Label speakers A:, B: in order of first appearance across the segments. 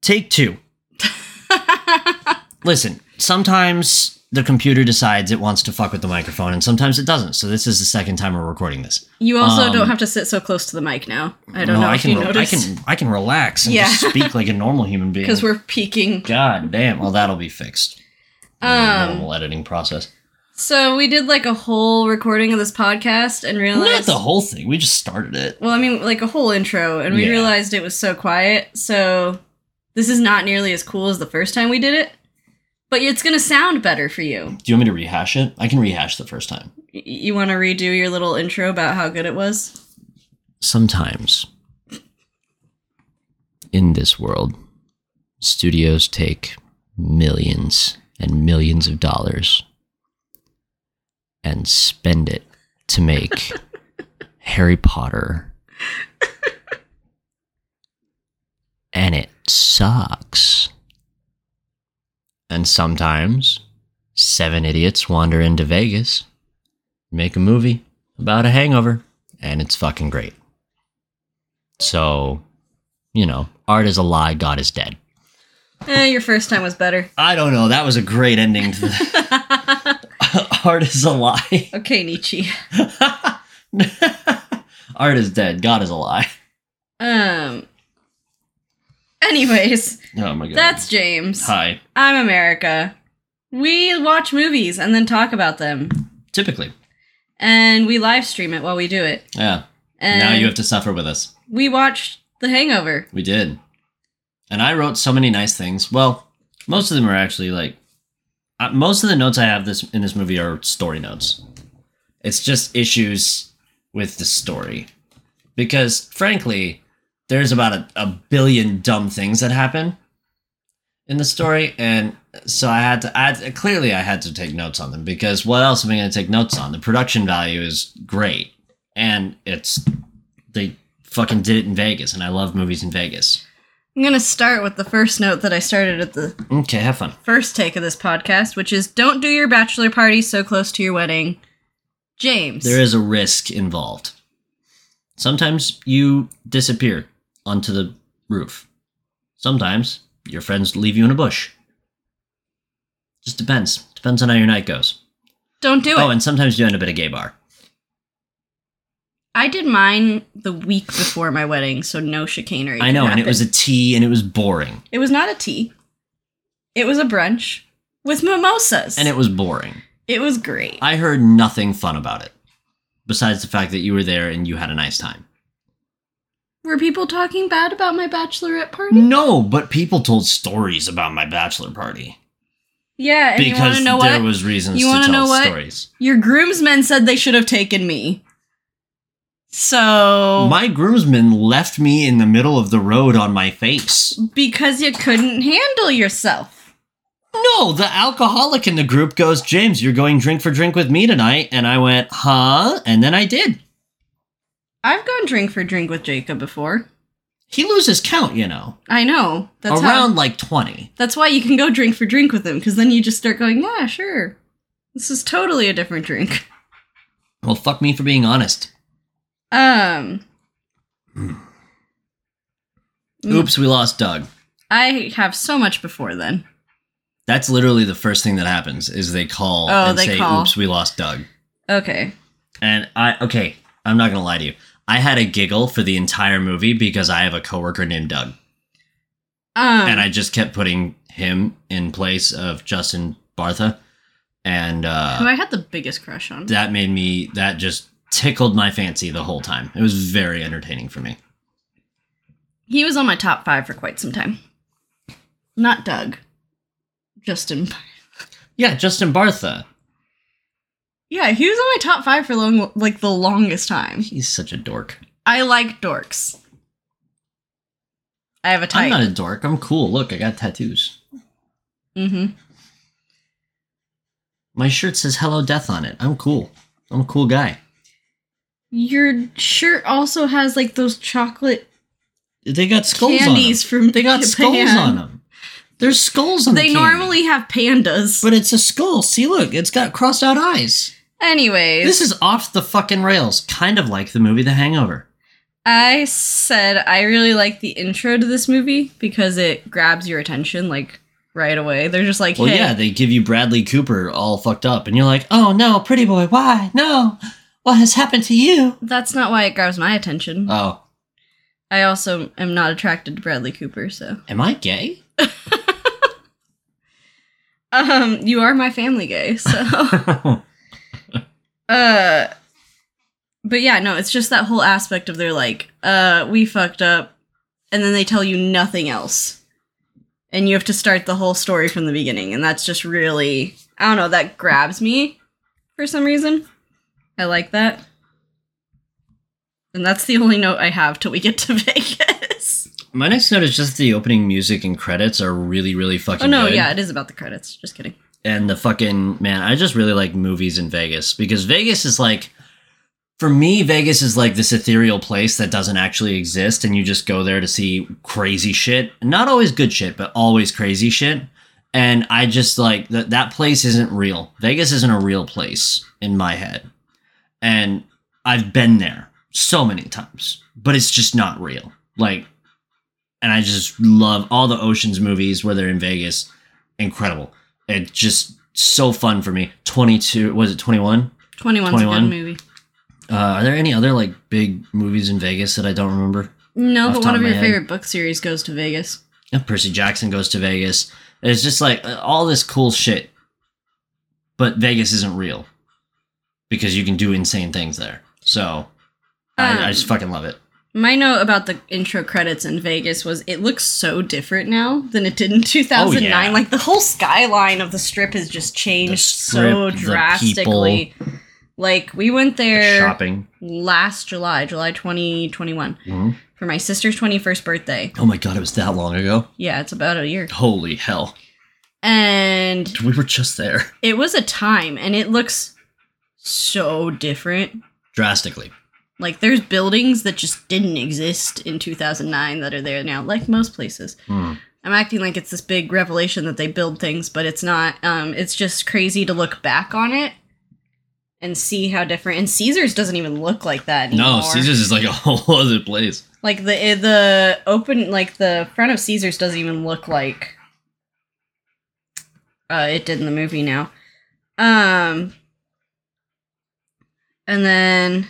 A: Take two. Listen, sometimes the computer decides it wants to fuck with the microphone, and sometimes it doesn't. So this is the second time we're recording this.
B: You also
A: Um,
B: don't have to sit so close to the mic now. I don't
A: No,
B: know
A: I
B: if
A: can
B: you
A: re- I
B: noticed
A: can I can relax and
B: Yeah.
A: just speak like a normal human being.
B: because we're peaking.
A: God damn. Well, that'll be fixed. in the
B: Um,
A: normal editing process.
B: so we did like a whole recording of this podcast and
A: Not
B: realized.
A: the whole thing. We just started it.
B: well, I mean, like a whole intro, and we
A: Yeah.
B: realized it was so quiet. So this is not nearly as cool as the first time we did it, but it's gonna sound better for you.
A: Do you want me to rehash it? I can rehash the first time.
B: Y- you want to redo your little intro about how good it was?
A: Sometimes in this world, studios take millions and millions of dollars and spend it to make Harry Potter. and it sucks. And sometimes seven idiots wander into Vegas, make a movie about a hangover, and it's fucking great. So, you know, art is a lie, God is dead.
B: Eh, your first time was better.
A: I don't know. That was a great ending to the art is a lie.
B: okay, Nietzsche.
A: art is dead. God is a lie.
B: Um. Anyways,
A: Oh my god.
B: that's James.
A: hi.
B: I'm America. We watch movies and then talk about them,
A: Typically,
B: and we live stream it while we do it.
A: yeah.
B: And
A: now you have to suffer with us.
B: we watched The Hangover.
A: We did, and I wrote so many nice things. Well, most of them are actually like, uh, most of the notes I have this in this movie are story notes. It's just issues with the story, because frankly, there's about a, a billion dumb things that happen in the story, and so I had to. I had clearly I had to take notes on them because what else am I going to take notes on? The production value is great, and it's they fucking did it in Vegas, and I love movies in Vegas.
B: I'm gonna start with the first note that I started at the
A: Okay, have fun.
B: first take of this podcast, which is don't do your bachelor party so close to your wedding. James.
A: There is a risk involved. Sometimes you disappear onto the roof. Sometimes your friends leave you in a bush. Just depends. Depends on how your night goes.
B: Don't do it.
A: Oh, and sometimes you end up at a gay bar.
B: I did mine the week before my wedding, so no chicanery.
A: I
B: could
A: know, and it was a
B: happen.
A: tea and it was boring.
B: It was not a tea. It was a brunch with mimosas,
A: And it was boring.
B: it was great.
A: I heard nothing fun about it. Besides the fact that you were there and you had a nice time.
B: Were people talking bad about my bachelorette party?
A: No, but people told stories about my bachelor party.
B: Yeah, and you want
A: because
B: to know
A: there
B: what?
A: was reasons
B: You
A: to
B: wanna
A: tell
B: know what?
A: stories.
B: Your groomsmen said they should have taken me. So
A: My groomsmen left me in the middle of the road on my face.
B: because you couldn't handle yourself.
A: No, the alcoholic in the group goes, James, you're going drink for drink with me tonight. And I went, huh? And then I did.
B: I've gone drink for drink with Jacob before.
A: He loses count, you know,
B: I know. That's how
A: around like 20.
B: That's why you can go drink for drink with them, because then you just start going, yeah, sure. This is totally a different drink.
A: Well, fuck me for being honest.
B: Um, Mm.
A: Oops, we lost Doug.
B: I have so much before then.
A: That's literally the first thing that happens is they call
B: Oh,
A: and
B: they
A: say,
B: call.
A: oops, we lost Doug.
B: Okay.
A: And I okay, I'm not gonna lie to you. I had a giggle for the entire movie because I have a coworker named Doug,
B: Um,
A: and I just kept putting him in place of Justin Bartha, and
B: who
A: uh,
B: I had the biggest crush on.
A: that made me that just tickled my fancy the whole time. It was very entertaining for me.
B: He was on my top five for quite some time. Not Doug. Justin.
A: Yeah, Justin Bartha,
B: Yeah, he was on my top five for long, like the longest time.
A: he's such a dork.
B: I like dorks. I have a
A: I'm
B: type.
A: not a dork. I'm cool. Look, I got tattoos.
B: mm-hmm.
A: My shirt says "Hello Death" on it. I'm cool. I'm a cool guy.
B: Your shirt also has like those chocolate
A: They got skulls
B: candies
A: on
B: from
A: them. They got skulls
B: Japan.
A: on them. There's skulls on
B: They
A: the candy.
B: normally have pandas.
A: But it's a skull. See, look, it's got crossed out eyes.
B: Anyways,
A: This is off the fucking rails, kind of like the movie The Hangover.
B: I said I really like the intro to this movie because it grabs your attention like right away. They're just like,
A: Well,
B: hey,
A: yeah, they give you Bradley Cooper all fucked up, and you're like, oh no, pretty boy, why? No, what has happened to you?
B: that's not why it grabs my attention.
A: Oh,
B: I also am not attracted to Bradley Cooper, so.
A: am I gay?
B: Um, you are my family gay, so.
A: oh,
B: uh but yeah no it's just that whole aspect of they're like uh we fucked up and then they tell you nothing else and you have to start the whole story from the beginning and that's just really i don't know that grabs me for some reason i like that and that's the only note i have till we get to vegas
A: my next note is just the opening music and credits are really, really fucking.
B: oh no
A: good.
B: yeah it is about the credits just kidding
A: and the fucking man i just really like movies in vegas because vegas is like for me vegas is like this ethereal place that doesn't actually exist and you just go there to see crazy shit not always good shit but always crazy shit and i just like that that place isn't real vegas isn't a real place in my head and i've been there so many times but it's just not real like and i just love all the oceans movies where they're in vegas incredible it just so fun for me 22 was it 21
B: 21's
A: 21.
B: a good movie
A: uh, are there any other like big movies in vegas that i don't remember
B: no
A: Off
B: but
A: top
B: one
A: of
B: of
A: my
B: your
A: head.
B: favorite book series goes to vegas
A: Yeah, percy jackson goes to vegas it's just like uh, all this cool shit but vegas isn't real because you can do insane things there so I, I just
B: Um,
A: fucking love it
B: My note about the intro credits in Vegas was it looks so different now than it did in 2009.
A: Oh, yeah.
B: Like the whole skyline of the strip has just changed
A: The
B: so
A: strip, the
B: drastically. Like we went there
A: shopping
B: last July, July 2021,
A: Mhm.
B: for my sister's 21st birthday.
A: oh my god it was that long ago
B: Yeah, it's about a year.
A: holy hell
B: And
A: we were just there
B: it was a time and it looks so different.
A: drastically
B: Like there's buildings that just didn't exist in 2009 that are there now, like most places.
A: Hmm.
B: I'm acting like it's this big revelation that they build things, but it's not. Um, it's just crazy to look back on it and see how different. And Caesar's doesn't even look like that anymore.
A: no caesars is like a whole other place
B: like the eh, the open like the front of Caesar's doesn't even look like uh, it did in the movie now. Um, and then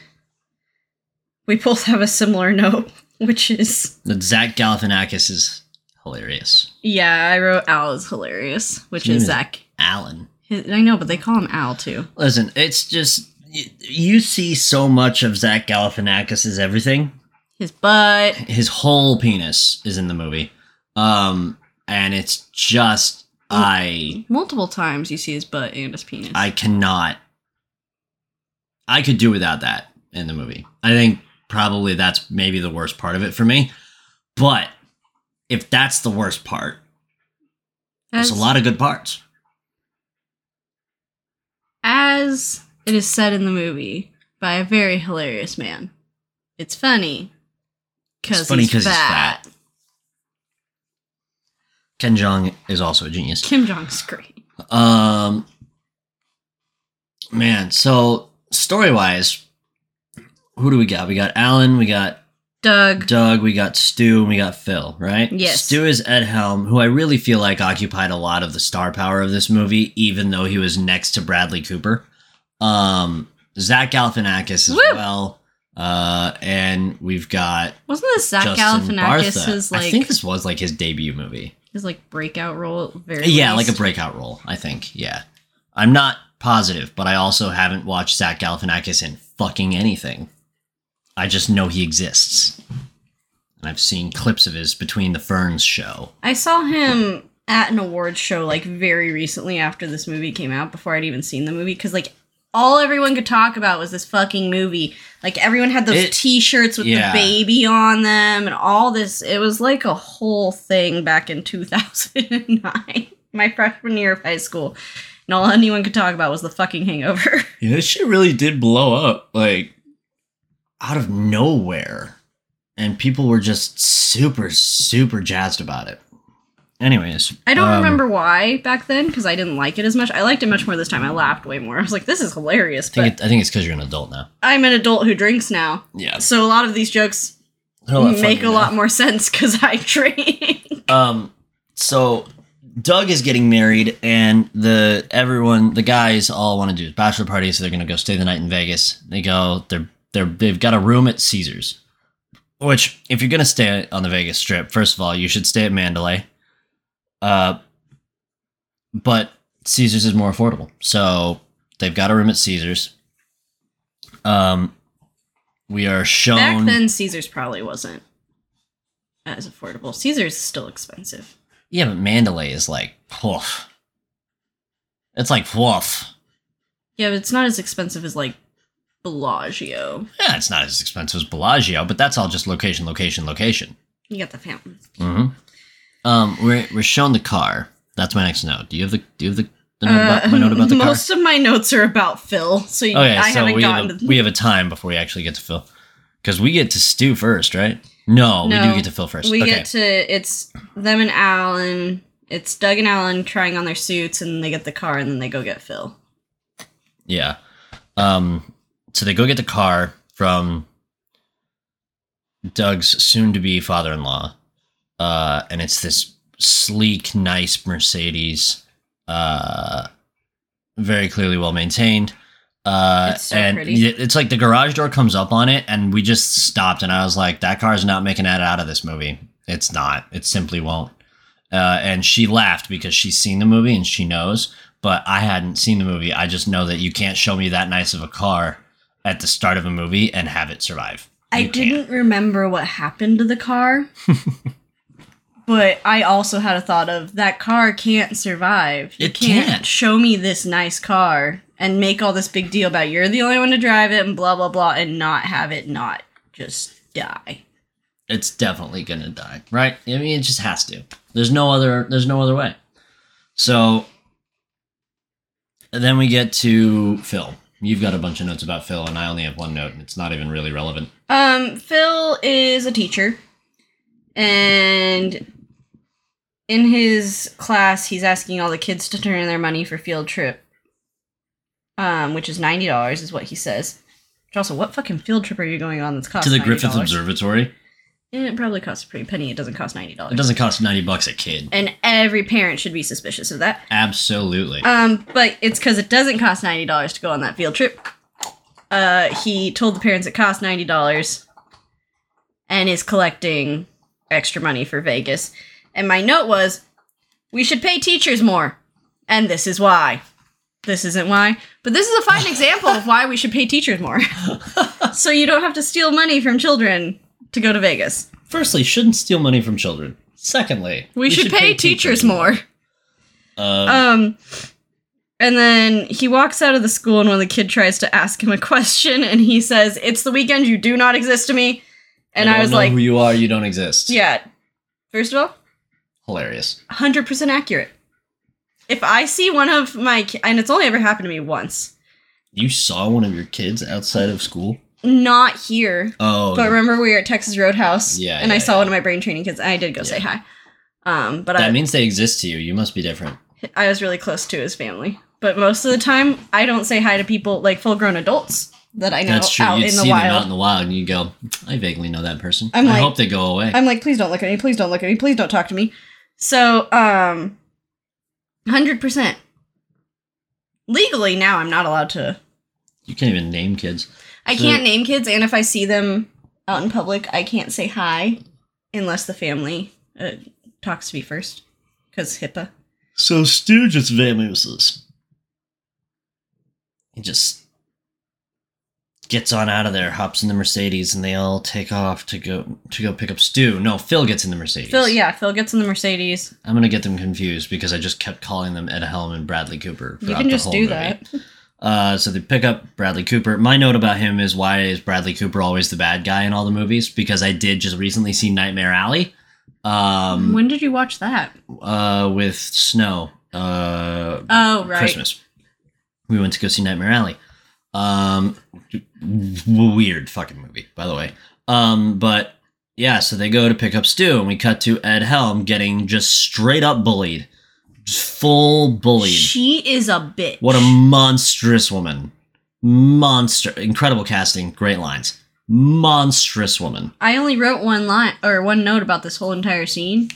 B: we both have a similar note, which is.
A: that Zach Galifianakis is hilarious.
B: Yeah, I wrote Al is hilarious, which
A: His name
B: is
A: is-
B: Zach.
A: Alan,
B: His, I know, but they call him Al too.
A: listen, it's just you, you see so much of Zach Galifianakis's everything.
B: His butt.
A: His whole penis is in the movie, um, and it's just I
B: Multiple times you see his butt and his penis.
A: I cannot. I could do without that in the movie. I think probably that's maybe the worst part of it for me. But if that's the worst part, there's
B: as,
A: a lot of good parts.
B: as it is said in the movie by a very hilarious man. It's funny. Cause
A: It's funny
B: he's,
A: 'cause he's
B: fat.
A: Ken Jeong is also a genius.
B: Kim Jong's great.
A: Um, man, so story wise, who do we got? We got Alan, we got
B: Doug.
A: Doug, we got Stu, and we got Phil, right?
B: Yes.
A: Stu is Ed Helm, who I really feel like occupied a lot of the star power of this movie, even though he was next to Bradley Cooper. Um, Zach Galifianakis as
B: Woo!
A: well. Uh, and we've got
B: Wasn't this Zach
A: Justin Bartha.
B: Galifianakis his
A: I
B: like
A: think this was like his debut movie.
B: his like breakout role? at the Very
A: Yeah,
B: least?
A: like a breakout role, I think. Yeah. I'm not positive, but I also haven't watched Zach Galifianakis in fucking anything. I just know he exists. And I've seen clips of his between the Ferns show.
B: I saw him at an awards show like very recently after this movie came out before I'd even seen the movie because like all everyone could talk about was this fucking movie. Like everyone had those
A: It-
B: t-shirts with
A: yeah.
B: the baby on them and all this. It was like a whole thing back in 2009, my freshman year of high school. And all anyone could talk about was the fucking hangover.
A: Yeah, this shit really did blow up, like out of nowhere. And people were just super, super jazzed about it. Anyways.
B: I don't
A: um,
B: remember why back then because I didn't like it as much. I liked it much more this time. I laughed way more. I was like, this is hilarious.
A: I think,
B: But
A: it, I think it's because you're an adult now.
B: I'm an adult who drinks now.
A: Yeah.
B: So a lot of these jokes
A: He'll have fun
B: make a
A: with
B: lot more sense because I drink.
A: that. Um, so Doug is getting married, and the everyone, the guys, all want to do is bachelor party, so they're gonna go stay the night in Vegas. They go, they're they're they've got a room at Caesars, which if you're gonna stay on the Vegas Strip, first of all, you should stay at Mandalay. Uh, but Caesars is more affordable, so they've got a room at Caesars. Um, we are shown
B: Back then, Caesar's probably wasn't as affordable. Caesar's is still expensive.
A: Yeah, but Mandalay is like woof. It's like woof.
B: Yeah, but it's not as expensive as like Bellagio.
A: Yeah, it's not as expensive as Bellagio, but that's all just location, location, location.
B: You got the fountain.
A: Mm-hmm. Um, we're we're shown the car. That's my next note. Do you have the do you have the, the note
B: Uh,
A: about, my note about the car?
B: most of my notes are about Phil, so you,
A: Okay,
B: I
A: so
B: haven't
A: we
B: gotten
A: have
B: to
A: a, we have a time before we actually get to Phil, because we get to Stu first, right? No, we
B: No,
A: do get to Phil first.
B: We
A: okay,
B: get to it's them and Alan. It's Doug and Alan trying on their suits, and they get the car, and then they go get Phil.
A: yeah. Um, so they go get the car from Doug's soon-to-be father-in-law, uh, and it's this sleek, nice Mercedes, uh, very clearly well maintained. Uh,
B: It's so
A: and
B: pretty.
A: it- it's like the garage door comes up on it, and we just stopped, and I was like, "That car's not making that out of this movie. It's not. It simply won't." Uh, and she laughed because she's seen the movie and she knows, but I hadn't seen the movie. I just know that you can't show me that nice of a car at the start of a movie and have it survive.
B: I
A: You can't.
B: didn't remember what happened to the car, but I also had a thought of that car can't survive. You
A: It can't.
B: show me this nice car and make all this big deal about you're the only one to drive it and blah blah blah and not have it not just die.
A: it's definitely gonna die, right? I mean, it just has to. There's no other. There's no other way. So and then we get to Phil. You've got a bunch of notes about Phil, and I only have one note, and it's not even really relevant.
B: Um, Phil is a teacher, and in his class, he's asking all the kids to turn in their money for field trip, um, which is ninety dollars, is what he says. Which also, what fucking field trip are you going on? That's cost
A: to the Griffith
B: $90?
A: Observatory,
B: It probably costs a pretty penny. It doesn't cost ninety
A: it
B: dollars,
A: doesn't cost ninety bucks a kid.
B: and every parent should be suspicious of that.
A: Absolutely.
B: Um, but it's because it doesn't cost ninety dollars to go on that field trip. Uh, he told the parents it cost ninety dollars, and is collecting extra money for Vegas. And my note was, we should pay teachers more, and this is why. This isn't why, but this is a fine example of why we should pay teachers more. so you don't have to steal money from children to go to Vegas.
A: Firstly, shouldn't steal money from children. Secondly,
B: We, should, pay, teachers more.
A: Uh,
B: Um, and then he walks out of the school, and when the kid tries to ask him a question, and he says, "It's the weekend. You do not exist to me." And
A: I,
B: I,
A: don't
B: was
A: know
B: like,
A: "Who you are? You don't exist."
B: "Yeah." First of all,
A: hilarious.
B: hundred percent accurate. If I see one of my, ki- and it's only ever happened to me once,
A: You saw one of your kids outside of school.
B: not here,
A: Oh,
B: but remember we were at Texas Roadhouse,
A: Yeah,
B: and
A: yeah,
B: I saw
A: yeah.
B: one of my brain training kids, and I did go say hi. Um, but I,
A: that means they exist to you. You must be different.
B: I was really close to his family. But most of the time, I don't say hi to people like full grown adults that I know
A: That's true.
B: out
A: You'd
B: in the
A: see
B: wild.
A: them out in the wild, and you go, "I vaguely know that person. i
B: I'm like-
A: hope they go away."
B: I'm like, please don't look at me. Please don't look at me. Please don't talk to me. So, um, hundred percent. Legally now, I'm not allowed to.
A: you can't even name kids.
B: I
A: So-
B: can't name kids, and if I see them out in public, I can't say hi unless the family uh, talks to me first, because HIPAA.
A: So Stu just vamooses. He just gets on out of there, hops in the Mercedes, and they all take off to go to go pick up Stu. No, Phil gets in the Mercedes.
B: Phil, yeah, Phil gets in the Mercedes.
A: I'm gonna get them confused because I just kept calling them Ed Helm and Bradley Cooper.
B: You
A: throughout
B: can
A: the
B: just
A: whole
B: do
A: movie.
B: that.
A: Uh, so they pick up Bradley Cooper. My note about him is why is Bradley Cooper always the bad guy in all the movies? Because I did just recently see Nightmare Alley, um,
B: when did you watch that?
A: uh, with Snow, uh,
B: Oh, right.
A: Christmas. We went to go see Nightmare Alley. Um, w- weird fucking movie, by the way. Um, but yeah, so they go to pick up Stu, and we cut to Ed Helm getting just straight up bullied, just full bullied.
B: She is a bitch.
A: What a monstrous woman. Monster. Incredible casting. Great lines. monstrous woman.
B: I only wrote one line or one note about this whole entire scene.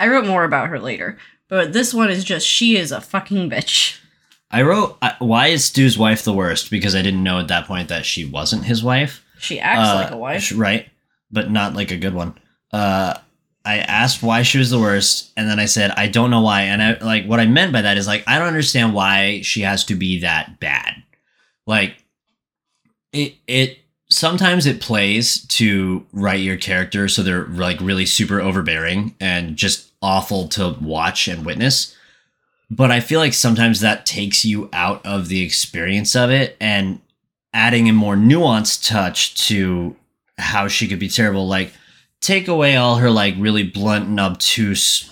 B: I wrote more about her later, but this one is just she is a fucking bitch.
A: I wrote, I- "Why is Stu's wife the worst?" Because I didn't know at that point that she wasn't his wife.
B: She acts
A: Uh,
B: like a wife.
A: sh- right? But not like a good one. Uh, I asked why she was the worst, and then I said I don't know why. And I like what I meant by that is like I don't understand why she has to be that bad. Like it it sometimes it plays to write your character so they're like really super overbearing and just awful to watch and witness. But I feel like sometimes that takes you out of the experience of it and adding a more nuanced touch to how she could be terrible. Like, take away all her like really blunt and obtuse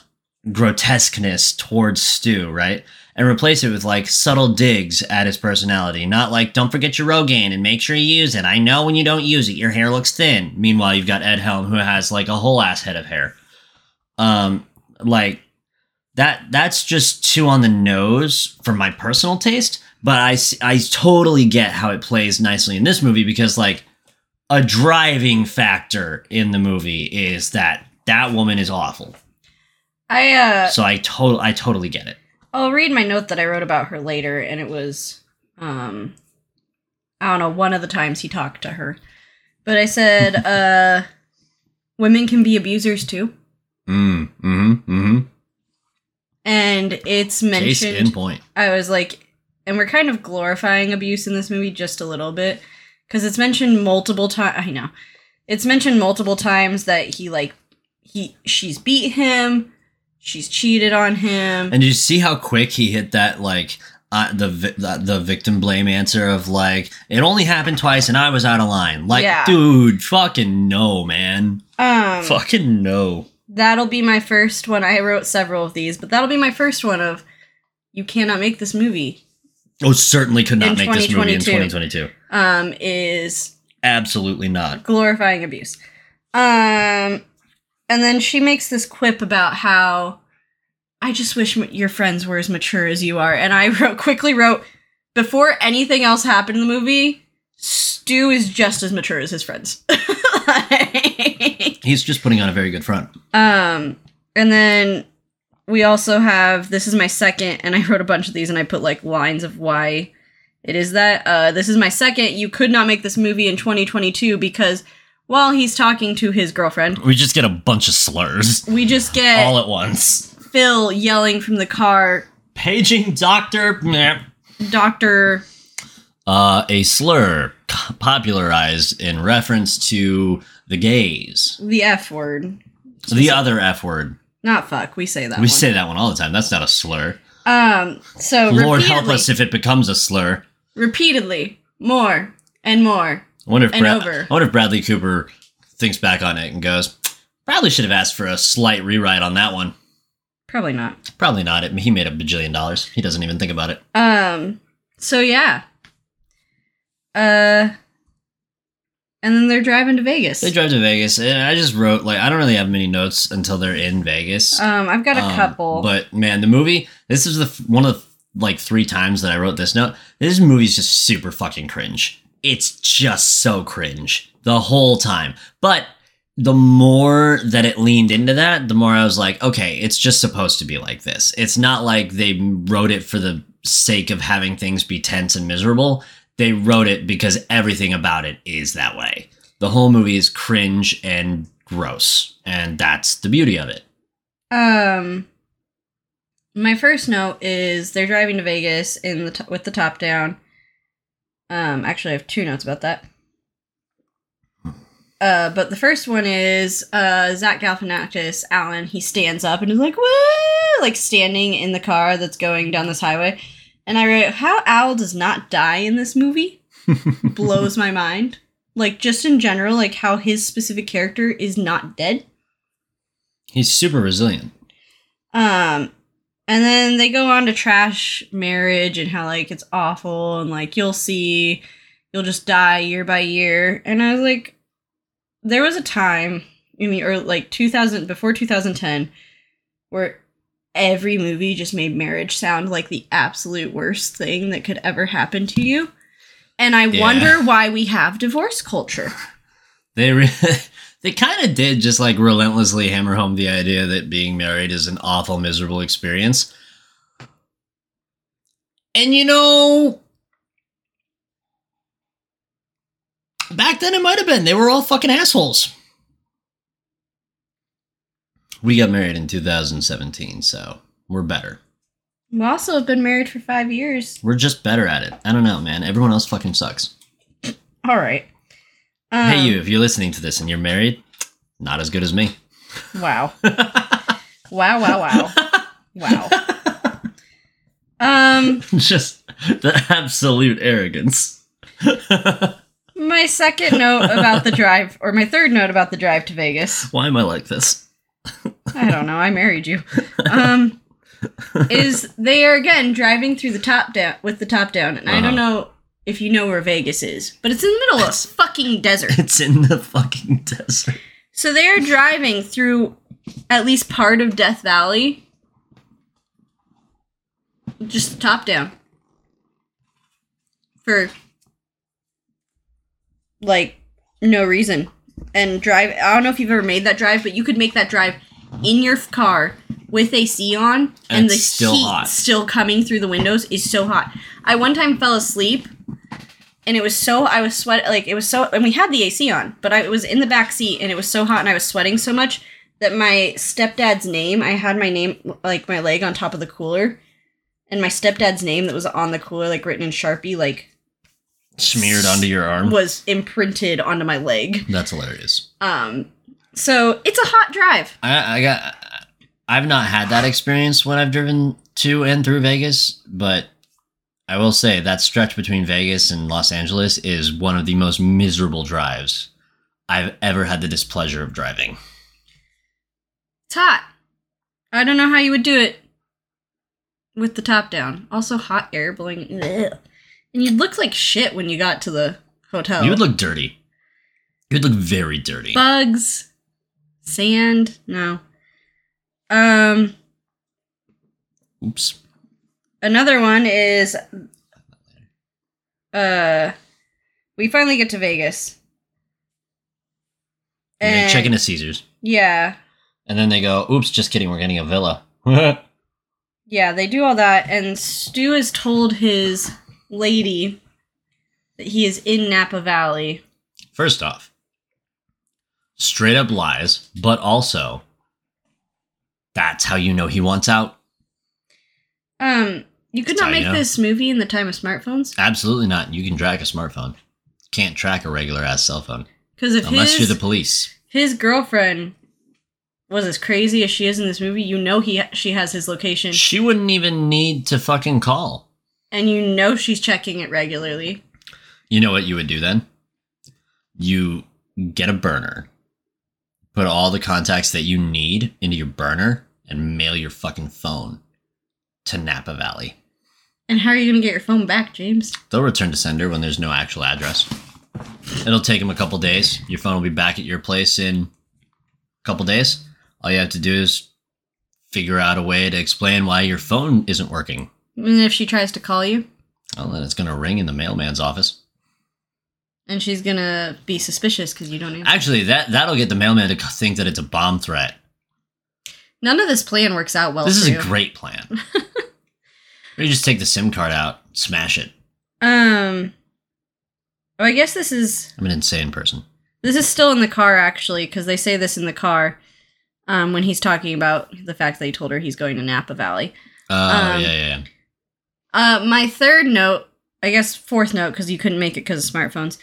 A: grotesqueness towards Stu, right? And replace it with like subtle digs at his personality. Not like, don't forget your Rogaine and make sure you use it. I know when you don't use it, your hair looks thin. Meanwhile, you've got Ed Helm who has like a whole ass head of hair. Um, like that that's just too on the nose for my personal taste but I, s- I totally get how it plays nicely in this movie because like a driving factor in the movie is that that woman is awful
B: I uh
A: so i total i totally get it
B: I'll read my note that I wrote about her later, and it was, um, I don't know, one of the times he talked to her. But I said, uh, women can be abusers too.
A: mm, mm-hmm mm-hmm
B: And it's
A: case in
B: mentioned.
A: point
B: I was like, and we're kind of glorifying abuse in this movie just a little bit. Because it's mentioned multiple times. I know. It's mentioned multiple times that he, like, he, she's beat him, she's cheated on him.
A: and you see how quick he hit that like uh, the, vi- the the victim blame answer of like it only happened twice and i was out of line like
B: Yeah.
A: dude fucking no man
B: um,
A: fucking no
B: that'll be my first one. I wrote several of these, but that'll be my first one of you cannot make this movie.
A: Oh, certainly could not
B: In
A: make this movie in
B: 2022.
A: 2022.
B: Um, is
A: Absolutely not.
B: glorifying abuse. Um, and then she makes this quip about how I just wish m- your friends were as mature as you are. And I wrote quickly wrote before anything else happened in the movie. Stu is just as mature as his friends. Like-
A: He's just putting on a very good front.
B: Um, and then we also have this is my second, and I wrote a bunch of these, and I put like lines of why it is that. Uh, this is my second. You could not make this movie in 2022 because while he's talking to his girlfriend,
A: We just get a bunch of slurs
B: we just get
A: all at once.
B: Phil yelling from the car,
A: Paging Doctor. meh.
B: Doctor.
A: Uh, a slur c- popularized in reference to the gays,
B: The F word,
A: the other F word.
B: not fuck. We say that.
A: We
B: one.
A: say that one all the time. That's not a slur.
B: Um. So
A: Lord
B: repeatedly,
A: help us if it becomes a slur.
B: repeatedly, more and more.
A: I wonder if
B: And
A: Bra-
B: over.
A: I wonder if Bradley Cooper thinks back on it and goes, probably should have asked for a slight rewrite on that one.
B: Probably not.
A: Probably not. It, he made a bajillion dollars. He doesn't even think about it.
B: Um. So yeah. Uh. And then they're driving to Vegas.
A: They drive to Vegas, and I just wrote like I don't really have many notes until they're in Vegas.
B: um, I've got a
A: Um,
B: couple.
A: but man, the movie. This is the f- one of the, like three times that I wrote this note. This movie's just super fucking cringe. It's just so cringe the whole time. But the more that it leaned into that, the more I was like, okay, it's just supposed to be like this. It's not like they wrote it for the sake of having things be tense and miserable. They wrote it because everything about it is that way. The whole movie is cringe and gross, and that's the beauty of it.
B: um. My first note is they're driving to Vegas in the t- with the top down. Um, actually, I have two notes about that. Uh, but the first one is uh, Zach Galifianakis, Alan. He stands up and is like, "Woo!" Like standing in the car that's going down this highway. And I wrote, "How Al does not die in this movie blows my mind. Like just in general, like how his specific character is not dead.
A: He's super resilient.
B: Um, and then they go on to trash marriage and how like it's awful and like you'll see, you'll just die year by year. And I was like, there was a time in the early like 2000 before 2010 where every movie just made marriage sound like the absolute worst thing that could ever happen to you. And I
A: Yeah.
B: wonder why we have divorce culture.
A: They re- they kind of did just like relentlessly hammer home the idea that being married is an awful, miserable experience. And you know, back then it might have been. They were all fucking assholes. We got married in 2017, so we're better.
B: We also have been married for five years.
A: We're just better at it. I don't know, man. Everyone else fucking sucks.
B: All right. Um,
A: hey, you, if you're listening to this and you're married, not as good as me.
B: Wow. wow, wow, wow. Wow. Um,
A: just the absolute arrogance.
B: my second note about the drive, or my third note about the drive to Vegas.
A: Why am I like this?
B: I don't know. I married you. Um, is they are again driving through the top down with the top down, and I
A: Uh-huh.
B: don't know if you know where Vegas is, but it's in the middle of fucking desert.
A: It's in the fucking desert.
B: So they are driving through at least part of Death Valley, just the top down for like no reason. And drive. I don't know if you've ever made that drive, but you could make that drive in your f- car with AC on, and
A: It's
B: the
A: still
B: heat
A: hot.
B: still coming through the windows is so hot. I one time fell asleep and it was so I was sweat like it was so and we had the AC on, but I it was in the back seat and it was so hot and I was sweating so much that my stepdad's name I had my name like my leg on top of the cooler and my stepdad's name that was on the cooler like written in Sharpie like
A: Smeared onto your arm.
B: was imprinted onto my leg.
A: That's hilarious.
B: Um so it's a hot drive.
A: I, I got. I've not had that experience when I've driven to and through Vegas, but I will say that stretch between Vegas and Los Angeles is one of the most miserable drives I've ever had the displeasure of driving.
B: It's hot. I don't know how you would do it with the top down. Also hot air blowing Ugh. and you'd look like shit when you got to the hotel.
A: You would look dirty. You would look very dirty.
B: bugs, sand. No. Um,
A: Oops.
B: another one is, uh, we finally get to Vegas.
A: And they
B: And-
A: check into Caesars.
B: Yeah,
A: And then they go, oops, just kidding, we're getting a villa. Why
B: yeah, they do all that, and Stu has told his lady that he is in Napa Valley.
A: First off, straight up lies, but also that's how you know he wants out.
B: Um, you could
A: That's how
B: not
A: you
B: make
A: know.
B: this movie in the time of smartphones
A: Absolutely not. You can track a smartphone. Can't track a regular ass cell phone
B: because if
A: unless
B: his
A: you're the police.
B: his girlfriend was as crazy as she is in this movie, you know he she has his location,
A: She wouldn't even need to fucking call.
B: and you know she's checking it regularly.
A: You know what you would do then? You get a burner, put all the contacts that you need into your burner, and mail your fucking phone to Napa Valley.
B: And how are you gonna get your phone back, James?
A: They'll return to sender when there's no actual address. It'll take them a couple days. Your phone will be back at your place in a couple days. All you have to do is figure out a way to explain why your phone isn't working.
B: And if she tries to call you,
A: Well, then it's going to ring in the mailman's office.
B: and she's gonna be suspicious because you don't answer.
A: Actually, that that'll get the mailman to think that it's a bomb threat.
B: None of this plan works out well.
A: This is
B: for
A: a
B: you.
A: great plan. Or you just take the SIM card out, smash it.
B: Um. Oh, I guess this is
A: I'm an insane person.
B: this is still in the car actually because they say this in the car. Um, when he's talking about the fact that he told her he's going to Napa Valley.
A: Oh,
B: Um,
A: yeah, yeah, yeah.
B: Uh, my third note, I guess fourth note, because you couldn't make it because of smartphones,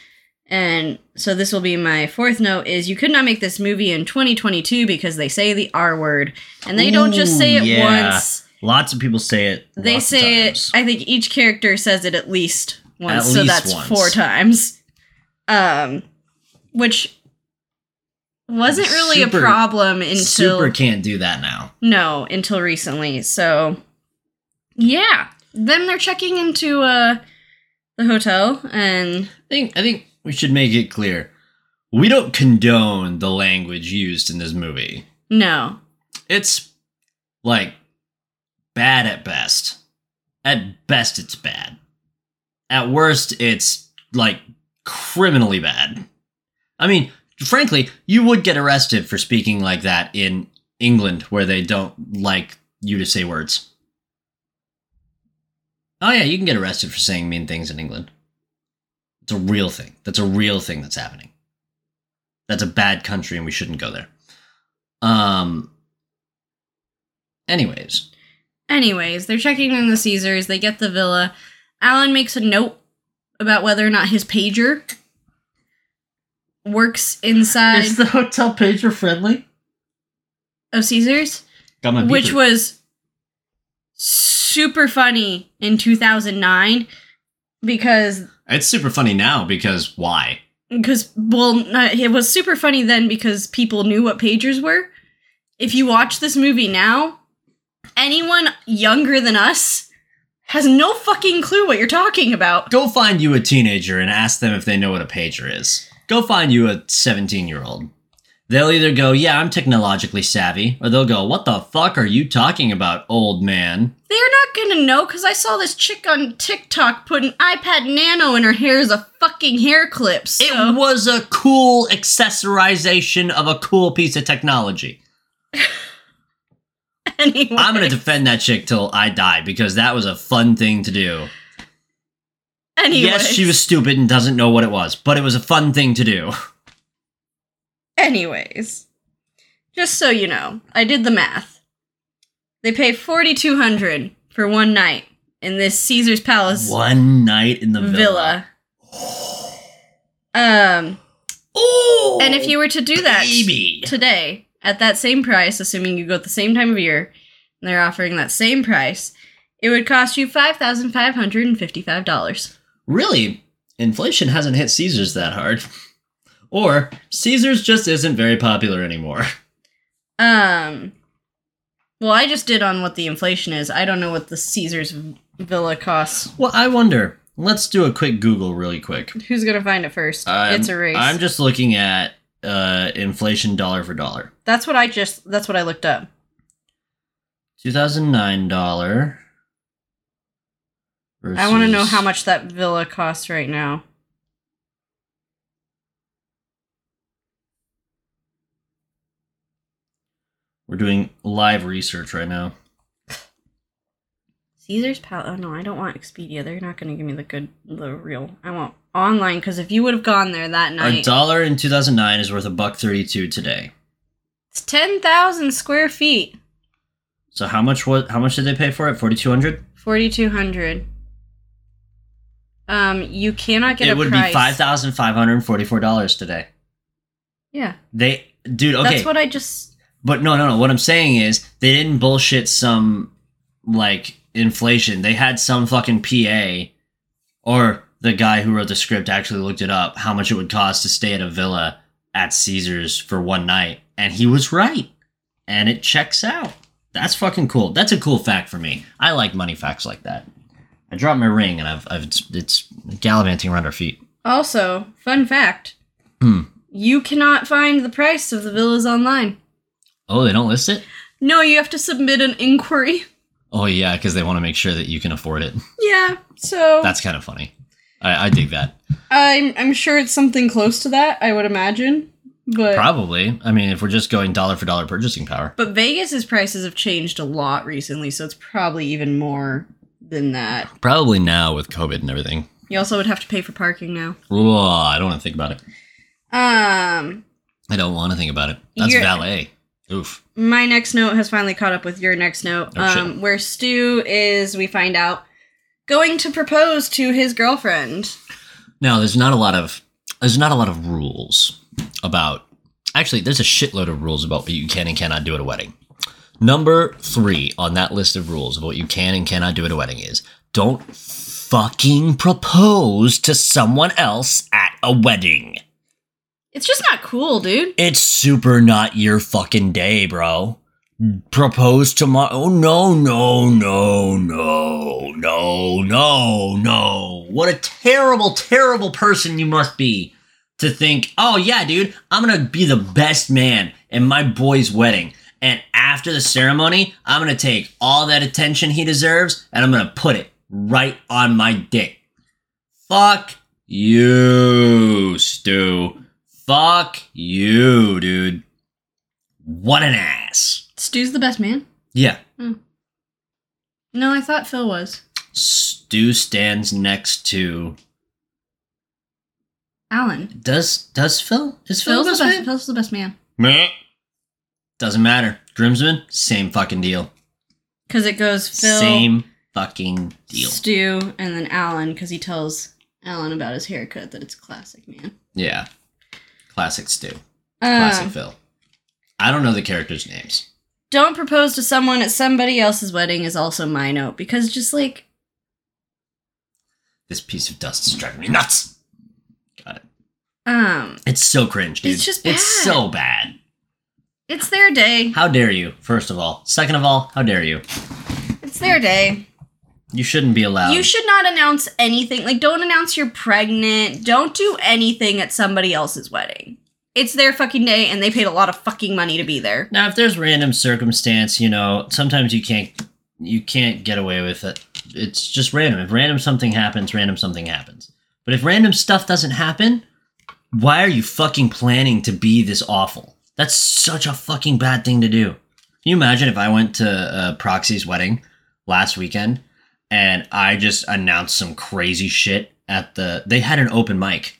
B: and so this will be my fourth note is you could not make this movie in 2022 because they say the R word, and they don't just
A: Ooh,
B: say it
A: yeah.
B: once.
A: Lots of people say it.
B: They
A: lots of
B: say it.
A: times.
B: I think each character says it at least once,
A: At
B: so
A: least
B: that's
A: once.
B: four times. Um, which wasn't really
A: Super-
B: a problem until
A: Super can't do that now.
B: no, until recently. So, yeah. Then they're checking into uh the hotel and
A: I think I think we should make it clear. We don't condone the language used in this movie.
B: no.
A: It's like bad at best. At best it's bad. At worst it's like criminally bad. I mean, frankly, you would get arrested for speaking like that in England where they don't like you to say words. Oh yeah, you can get arrested for saying mean things in England. It's a real thing. That's a real thing that's happening. That's a bad country and we shouldn't go there. Um anyways,
B: Anyways, they're checking in the Caesars. They get the villa. Alan makes a note about whether or not his pager works inside
A: Is the hotel pager friendly?
B: of Caesars,
A: Got my
B: which
A: beeper.
B: was super funny in 2009 because
A: It's super funny now because why?
B: because well not, it was super funny then because people knew what pagers were if you watch this movie now anyone younger than us has no fucking clue what you're talking about
A: Go find you a teenager and ask them if they know what a pager is. Go find you a 17 year old. They'll either go, yeah, I'm technologically savvy, or they'll go, what the fuck are you talking about, old man?
B: they're not gonna know because i saw this chick on tiktok put an ipad nano in her hair as a fucking hair clip so
A: It was a cool accessorization of a cool piece of technology.
B: anyway
A: I'm gonna defend that chick till I die because that was a fun thing to do.
B: anyways,
A: Yes, she was stupid and doesn't know what it was, but it was a fun thing to do.
B: anyways just so you know i did the math they pay 4200 for one night in this caesar's palace
A: One night in the
B: villa. Um,
A: Oh,
B: and if you were to do that
A: baby.
B: today at that same price, assuming you go at the same time of year, and they're offering that same price, it would cost you five thousand five hundred and fifty-five dollars.
A: really, inflation hasn't hit Caesars that hard, or Caesars just isn't very popular anymore.
B: Um, well, I just did on what the inflation is. I don't know what the Caesar's villa costs.
A: Well, I wonder. Let's do a quick Google, really quick.
B: Who's gonna find it 1st
A: I'm-
B: it's a race.
A: I'm just looking at uh, inflation dollar for dollar.
B: that's what I just. That's what I looked up.
A: 2009 dollar.
B: I want to know
A: versus-
B: how much that villa costs right now.
A: We're doing live research right now.
B: Caesar's Palace. Oh no, I don't want Expedia. They're not going to give me the good, the real. I want online because if you would have gone there that
A: A
B: night,
A: dollar in 2009 is worth a buck 32 today.
B: it's ten thousand square feet,
A: So how much was how much did they pay for it? 4200?
B: forty two hundred. Um, you cannot get
A: It
B: a
A: would
B: price.
A: be $5,544 today.
B: Yeah,
A: They dude, okay.
B: that's what I just.
A: but no, no, no. What I'm saying is they didn't bullshit some like inflation. They had some fucking PA or the guy who wrote the script actually looked it up how much it would cost to stay at a villa at Caesars for one night and he was right. And it checks out. That's fucking cool. That's a cool fact for me. I like money facts like that. I dropped my ring and I've, I've it's gallivanting around our feet.
B: Also, fun fact:
A: Hmm.
B: you cannot find the price of the villas online.
A: Oh, they don't list it?
B: No, you have to submit an inquiry.
A: Oh yeah, because they want to make sure that you can afford it.
B: Yeah, so
A: That's kind of funny. I, I dig that.
B: I'm I'm sure it's something close to that. I would imagine, but
A: Probably. I mean, if we're just going dollar for dollar purchasing power.
B: But Vegas's prices have changed a lot recently, so it's probably even more than that.
A: Probably now with COVID and everything.
B: You also would have to pay for parking now.
A: Whoa, I don't want to think about it.
B: Um,
A: I don't want to think about it. That's
B: You're-
A: valet. Oof.
B: my next note has finally caught up with your next note,
A: Oh, shit.
B: um, where Stu is. We find out going to propose to his girlfriend.
A: Now, there's not a lot of there's not a lot of rules about. Actually, there's a shitload of rules about what you can and cannot do at a wedding. Number three on that list of rules of what you can and cannot do at a wedding is don't fucking propose to someone else at a wedding.
B: It's just not cool, dude.
A: It's super not your fucking day, bro. Propose tomorrow. Oh, no, no, no, no, no, no, no. What a terrible, terrible person you must be to think, oh, yeah, dude, I'm going to be the best man in my boy's wedding. And after the ceremony, I'm going to take all that attention he deserves and I'm going to put it right on my dick. Fuck You, Stu. Fuck you, dude. What an ass.
B: Stu's the best man.
A: Yeah.
B: No, I thought Phil was.
A: Stu stands next to.
B: Alan.
A: Does does Phil? Is Phil
B: Phil's
A: the
B: the best.
A: best man?
B: Phil's the best man
A: Meh. Doesn't matter. Grimsman, same fucking deal.
B: because it goes Phil,
A: Same fucking deal.
B: Stu, and then Alan because he tells Alan about his haircut that it's classic, man.
A: Yeah. Classic
B: Uh.
A: Stu. Classic
B: Um,
A: Phil. I don't know the characters' names.
B: don't propose to someone at somebody else's wedding is also my note because just like
A: This piece of dust is driving me nuts. Got it.
B: um,
A: It's so cringe, dude.
B: It's just
A: It's
B: bad.
A: so bad.
B: it's their day.
A: How dare you, first of all. Second of all, how dare you?
B: It's their day.
A: You shouldn't be allowed.
B: You should not announce anything. Like, don't announce you're pregnant. Don't do anything at somebody else's wedding. It's their fucking day, and they paid a lot of fucking money to be there.
A: Now, if there's random circumstance, you know, sometimes you can't you can't get away with it. It's just random. If random something happens, random something happens. But if random stuff doesn't happen, why are you fucking planning to be this awful? That's such a fucking bad thing to do. Can you imagine if I went to uh, Proxy's wedding last weekend and I just announced some crazy shit at the? They had an open mic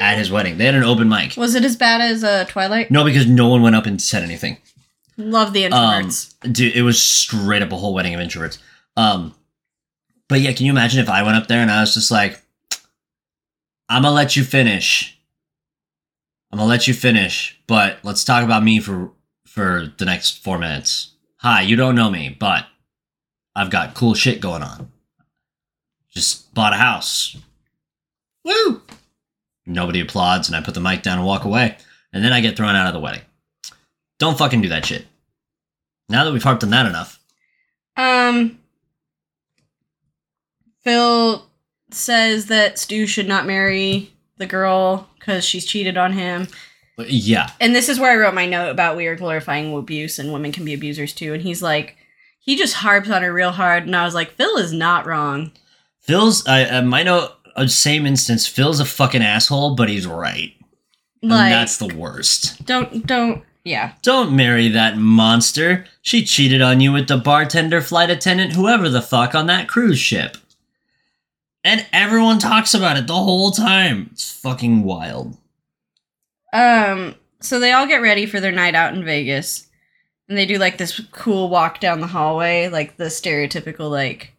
A: at his wedding. They had an open mic.
B: Was it as bad as uh, Twilight?
A: No, because no one went up and said anything.
B: Love the introverts.
A: dude it was straight up a whole wedding of introverts um but yeah can you imagine if i went up there and i was just like i'm gonna let you finish i'm gonna let you finish but let's talk about me for for the next four minutes hi you don't know me but i've got cool shit going on just bought a house
B: Woo!
A: nobody applauds and i put the mic down and walk away and then i get thrown out of the wedding don't fucking do that shit now that we've harped on that enough
B: Um, Phil says that Stu should not marry the girl because she's cheated on him.
A: Yeah,
B: And this is where I wrote my note about we are glorifying abuse and women can be abusers too. And he's like, he just harps on her real hard. And I was like, Phil is not wrong.
A: Phil's. I, I might know. uh, Same instance. Phil's a fucking asshole, but he's right. And
B: Like,
A: that's the worst.
B: don't, don't, yeah.
A: Don't marry that monster. She cheated on you with the bartender, flight attendant, whoever the fuck on that cruise ship. And everyone talks about it the whole time. It's fucking wild.
B: Um, so they all get ready for their night out in Vegas, and they do like this cool walk down the hallway, like the stereotypical like,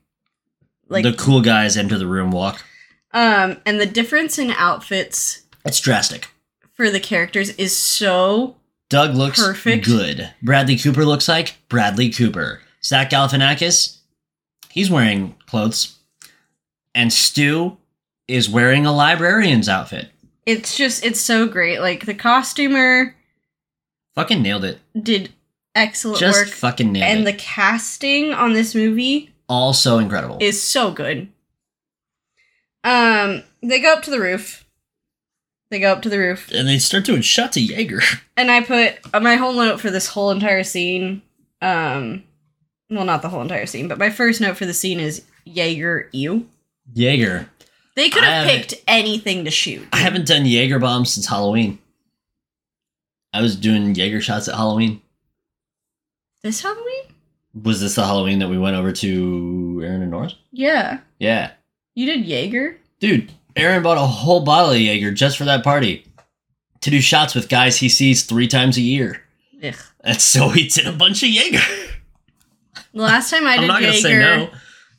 B: like
A: the cool guys enter the room walk.
B: um, and the difference in outfits
A: It's drastic.
B: for the characters is so
A: Doug looks
B: Perfect.
A: good. Bradley Cooper looks like Bradley Cooper. Zach Galifianakis, he's wearing clothes, and Stu is wearing a librarian's outfit.
B: it's just it's so great. Like the costumer
A: Fucking nailed it.
B: did excellent
A: Just
B: work,
A: fucking nailed
B: and
A: it.
B: the casting on this movie
A: also incredible.
B: is so good. Um, they go up to the roof. They go up to the roof.
A: and they start doing shots of Jaeger.
B: and I put uh, my whole note for this whole entire scene. Um, well, not the whole entire scene, but my first note for the scene is Jaeger. You.
A: Jaeger.
B: They could
A: I
B: have
A: haven't-
B: picked anything to shoot.
A: I haven't done Jaeger bombs since Halloween. I was doing Jaeger shots at Halloween.
B: This Halloween?
A: Was this the Halloween that we went over to Aaron and Norris?
B: Yeah,
A: Yeah.
B: you did Jaeger.
A: Dude, Aaron bought a whole bottle of Jaeger just for that party to do shots with guys he sees three times a year.
B: Ugh.
A: And so he did a bunch of Jaeger.
B: The last time I
A: I'm
B: did
A: not going to
B: Jaeger,
A: say no.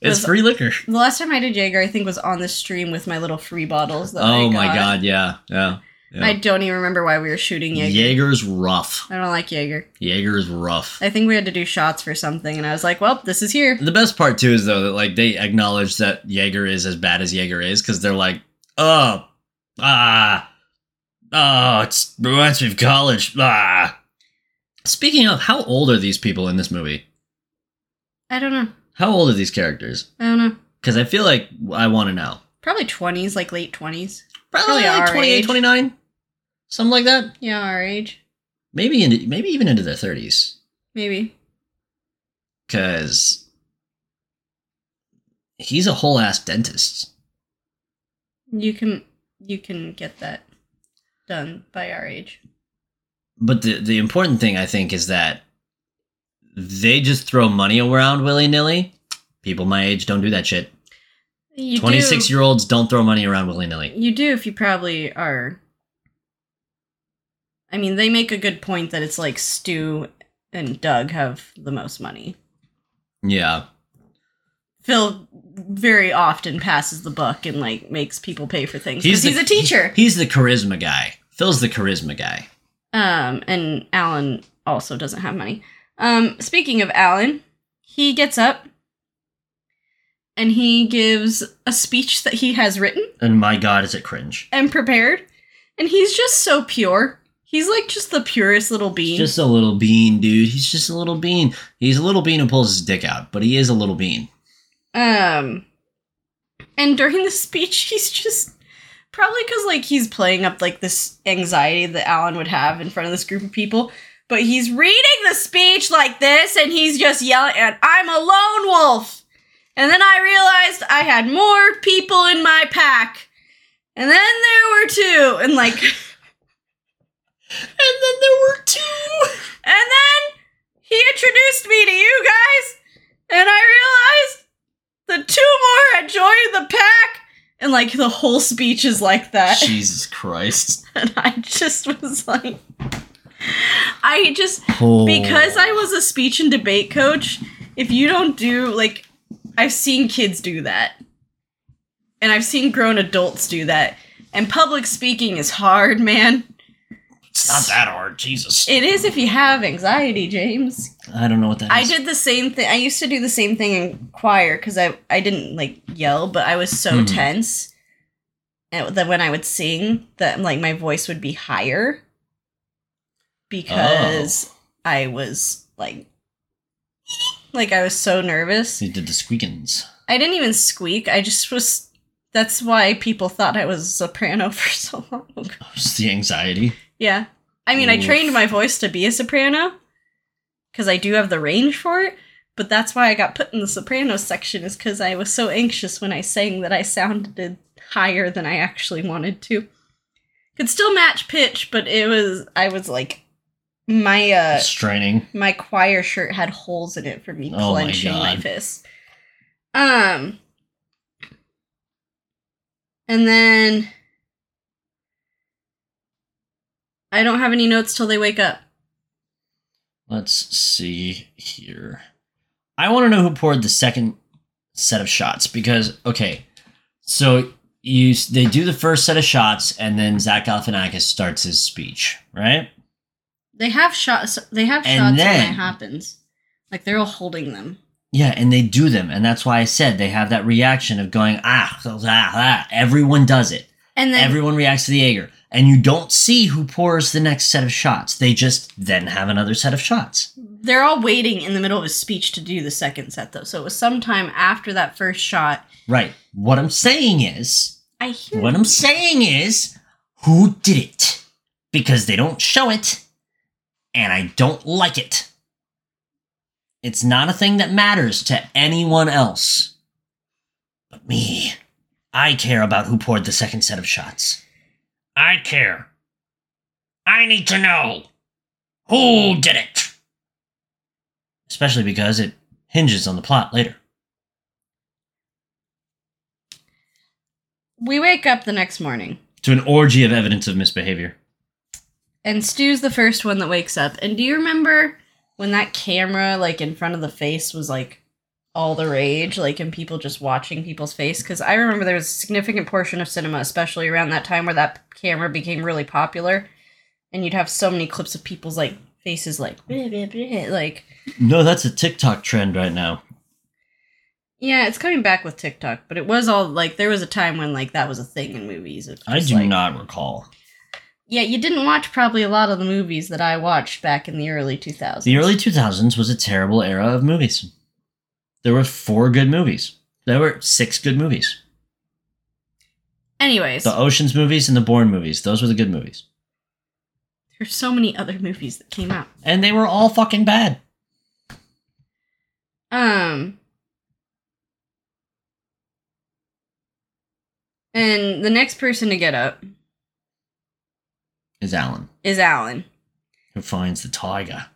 A: It's
B: was-
A: free liquor.
B: the last time I did Jaeger, I think was on the stream with my little free bottles. That
A: Oh
B: I
A: my
B: got.
A: God. Yeah. Yeah. yeah.
B: I don't even remember why we were shooting Jaeger.
A: Jaeger's rough.
B: I don't like Jaeger.
A: Jaeger's rough.
B: I think we had to do shots for something, and I was like, "Well, this is here."
A: The best part, too, is though that like they acknowledge that Jaeger is as bad as Jaeger is because they're like, oh, ah, oh, it's reminds me of college. Ah. Speaking of, how old are these people in this movie?
B: I don't know.
A: How old are these characters?
B: I don't know.
A: Because I feel like I want to know.
B: Probably twenties, like late twenties.
A: Probably,
B: Probably
A: like
B: our
A: 28,
B: age.
A: 29, something like that.
B: Yeah, our age.
A: Maybe into, maybe even into their 30s.
B: Maybe.
A: Because he's a whole ass dentist.
B: You can you can get that done by our age.
A: But the the important thing I think is that they just throw money around willy nilly. People my age don't do that shit.
B: You do-
A: Twenty six year olds don't throw money around willy nilly.
B: You do if you probably are. I mean, they make a good point that it's like Stu and Doug have the most money.
A: Yeah,
B: Phil very often passes the buck and like makes people pay for things
A: He's
B: because
A: the-
B: he's, a teacher.
A: he's the charisma guy. Phil's the charisma guy.
B: Um, and Alan also doesn't have money. Um, speaking of Alan, he gets up and he gives a speech that he has written
A: And my God, is it cringe?
B: and prepared, and he's just so pure. He's like just the purest little being.
A: He's just a little bean, dude. He's just a little bean. He's a little bean who pulls his dick out, but he is a little bean.
B: Um, and during the speech, he's just probably because like he's playing up like this anxiety that Alan would have in front of this group of people. But he's reading the speech like this, and he's just yelling, "And I'm a lone wolf." And then I realized I had more people in my pack, and then there were two, and like, and then there were two, and then he introduced me to you guys, and I realized the two more had joined the pack and like the whole speech is like that
A: Jesus Christ.
B: and i just was like i just
A: Oh.
B: because i was a speech and debate coach if you don't do like i've seen kids do that and i've seen grown adults do that and public speaking is hard man
A: It's not that hard, Jesus.
B: it is if you have anxiety james
A: I don't know what that is.
B: I did the same thing. I used to do the same thing in choir because I I didn't like yell, but I was so
A: Mhm.
B: tense and that when I would sing, that like my voice would be higher because I was like like I was so nervous.
A: He did the squeakins.
B: I didn't even squeak. I just was. That's why people thought I was a soprano for so long.
A: Oh, It's the anxiety.
B: Yeah. I mean, I
A: Oof.
B: trained my voice to be a soprano because I do have the range for it, but that's why I got put in the soprano section is because I was so anxious when I sang that I sounded higher than I actually wanted to. Could still match pitch, but it was I was like my uh
A: Straining.
B: my choir shirt had holes in it for me
A: Oh my
B: clenching my,
A: God.
B: fist. Um and then I don't have any notes till they wake up.
A: Let's see here. I want to know who poured the second set of shots because okay, so you they do the first set of shots and then Zach Galifianakis starts his speech, right?
B: They have shots they have
A: And
B: shots when
A: then-
B: that happens. Like they're all holding them.
A: Yeah, and they do them, and that's why I said they have that reaction of going ah ah ah. Everyone does it.
B: And then
A: Everyone reacts to the Jaeger, and you don't see who pours the next set of shots. They just then have another set of shots.
B: they're all waiting in the middle of his speech to do the second set though. So it was sometime after that first shot.
A: Right. What I'm saying is
B: I hear
A: What I'm saying is, who did it? Because they don't show it, and I don't like it. It's not a thing that matters to anyone else. But me. I care about who poured the second set of shots. I care. I need to know who did it. Especially because it hinges on the plot later.
B: we wake up the next morning.
A: To an orgy of evidence of misbehavior.
B: and Stu's the first one that wakes up. And do you remember when that camera, like in front of the face, was like all the rage, like and people just watching people's face? Because I remember there was a significant portion of cinema, especially around that time, where that camera became really popular, and you'd have so many clips of people's like faces, like bleh, bleh, bleh, like
A: No, that's a TikTok trend right now.
B: yeah, it's coming back with TikTok, but it was all like there was a time when like that was a thing in movies. It was
A: I
B: just,
A: do
B: like-
A: not recall.
B: Yeah, you didn't watch probably a lot of the movies that I watched back in the early two thousands.
A: The early 2000s was a terrible era of movies. There were four good movies. There were six good movies.
B: Anyways,
A: The Oceans movies and the Bourne movies. Those were the good movies.
B: There's so many other movies that came out.
A: And they were all fucking bad.
B: Um And the next person to get up
A: Is Alan
B: is Alan.
A: who finds the tiger?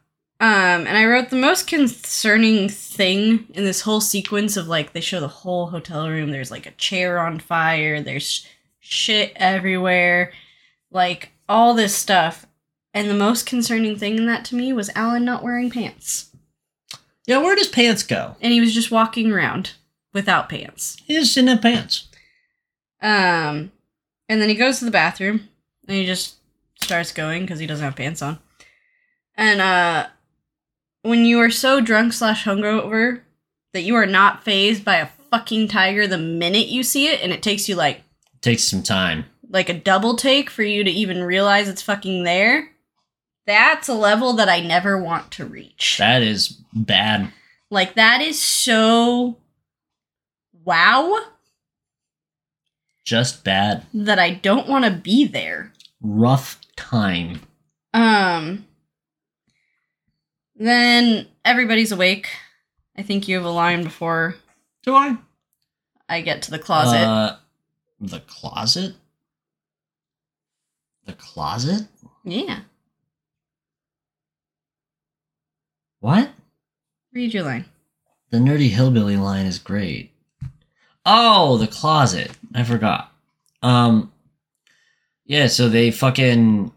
B: Um, and I wrote the most concerning thing in this whole sequence of like they show the whole hotel room. There's like a chair on fire. There's shit everywhere, like all this stuff. And the most concerning thing in that to me was Alan not wearing pants,
A: Yeah, where does pants go?
B: and he was just walking around without pants.
A: He just didn't have pants.
B: Um, and then he goes to the bathroom and he just starts going because he doesn't have pants on. And uh, when you are so drunk slash hungover that you are not phased by a fucking tiger the minute you see it, and it takes you like
A: Takes some time.
B: like a double take for you to even realize it's fucking there. That's a level that I never want to reach.
A: That is bad.
B: Like that is so wow
A: Just bad.
B: that I don't want to be there.
A: Rough time.
B: Um then everybody's awake. I think you have a line before
A: Do I?
B: I get to the closet.
A: Uh, the closet? The closet?
B: yeah.
A: What?
B: Read your line.
A: The nerdy hillbilly line is great. Oh, the closet. I forgot. Um Yeah, so they fucking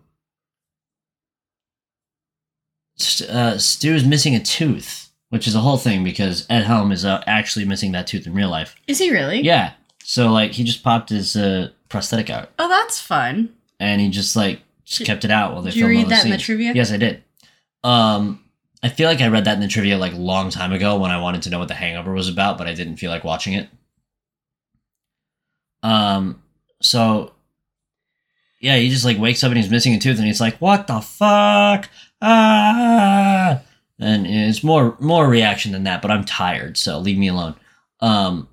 A: St- uh Stu's missing a tooth, which is a whole thing because Ed Helm is uh, actually missing that tooth in real life.
B: Is he really?
A: Yeah. So like he just popped his uh prosthetic out
B: Oh, that's fun.
A: and he just like just
B: Did-
A: kept it out while they
B: Did you
A: filmed all
B: read
A: the
B: that in the
A: scenes.
B: trivia?
A: Yes, I did. Um, I feel like I read that in the trivia like a long time ago when I wanted to know what The Hangover was about, but I didn't feel like watching it. Um, so yeah, he just like wakes up and he's missing a tooth, and he's like, "What the fuck?" Ah! And it's more more reaction than that, but I'm tired, so leave me alone. Um,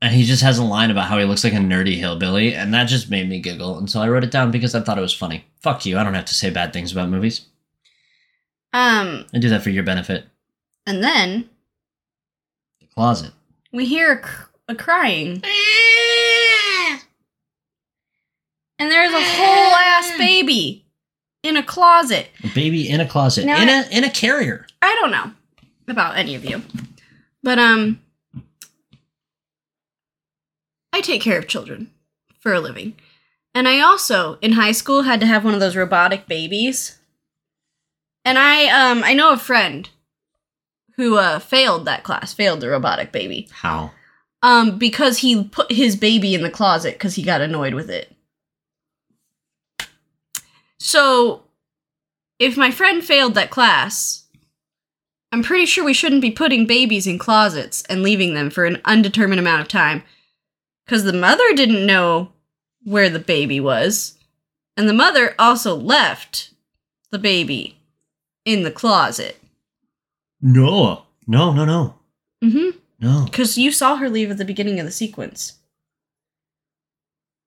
A: and he just has a line about how he looks like a nerdy hillbilly, and that just made me giggle. And so I wrote it down because I thought it was funny. Fuck you! I don't have to say bad things about movies.
B: Um
A: I do that for your benefit.
B: and then
A: The closet.
B: we hear a, cr- a crying. And there's a whole ass baby in a closet.
A: A baby in a closet.
B: Now
A: in
B: I-
A: a in a carrier.
B: I don't know about any of you, but um, I take care of children for a living, and I also in high school had to have one of those robotic babies, and I um I know a friend who uh failed that class, failed the robotic baby,
A: How?
B: um because he put his baby in the closet because he got annoyed with it. So, if my friend failed that class, I'm pretty sure we shouldn't be putting babies in closets and leaving them for an undetermined amount of time because the mother didn't know where the baby was, and the mother also left the baby in the closet.
A: No. No, no, no.
B: Mm-hmm.
A: No.
B: Because you saw her leave at the beginning of the sequence.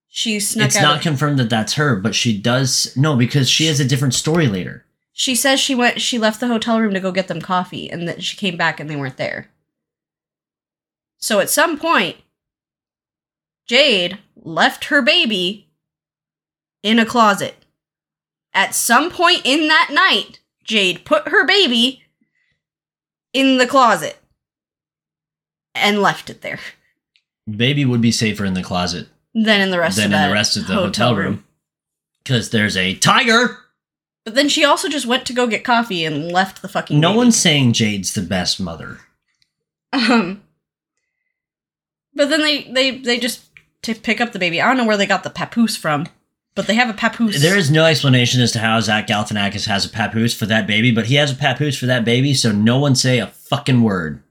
B: She snuck
A: It's
B: out.
A: not
B: of-
A: confirmed that that's her, but she does. No, because she has a different story later.
B: she says she went. She left the hotel room to go get them coffee, and then she came back and they weren't there. So at some point, Jade left her baby in a closet. At some point in that night, Jade put her baby in the closet and left it there.
A: Baby would be safer in the closet
B: Then in the rest
A: than in
B: of that
A: the rest of the hotel room. Because there's a tiger.
B: But then she also just went to go get coffee and left the fucking.
A: No
B: baby.
A: one's saying Jade's the best mother.
B: Um. But then they they they just to pick up the baby. I don't know where they got the papoose from, but they have a papoose.
A: There is no explanation as to how Zach Galifianakis has a papoose for that baby, but he has a papoose for that baby, so no one say a fucking word.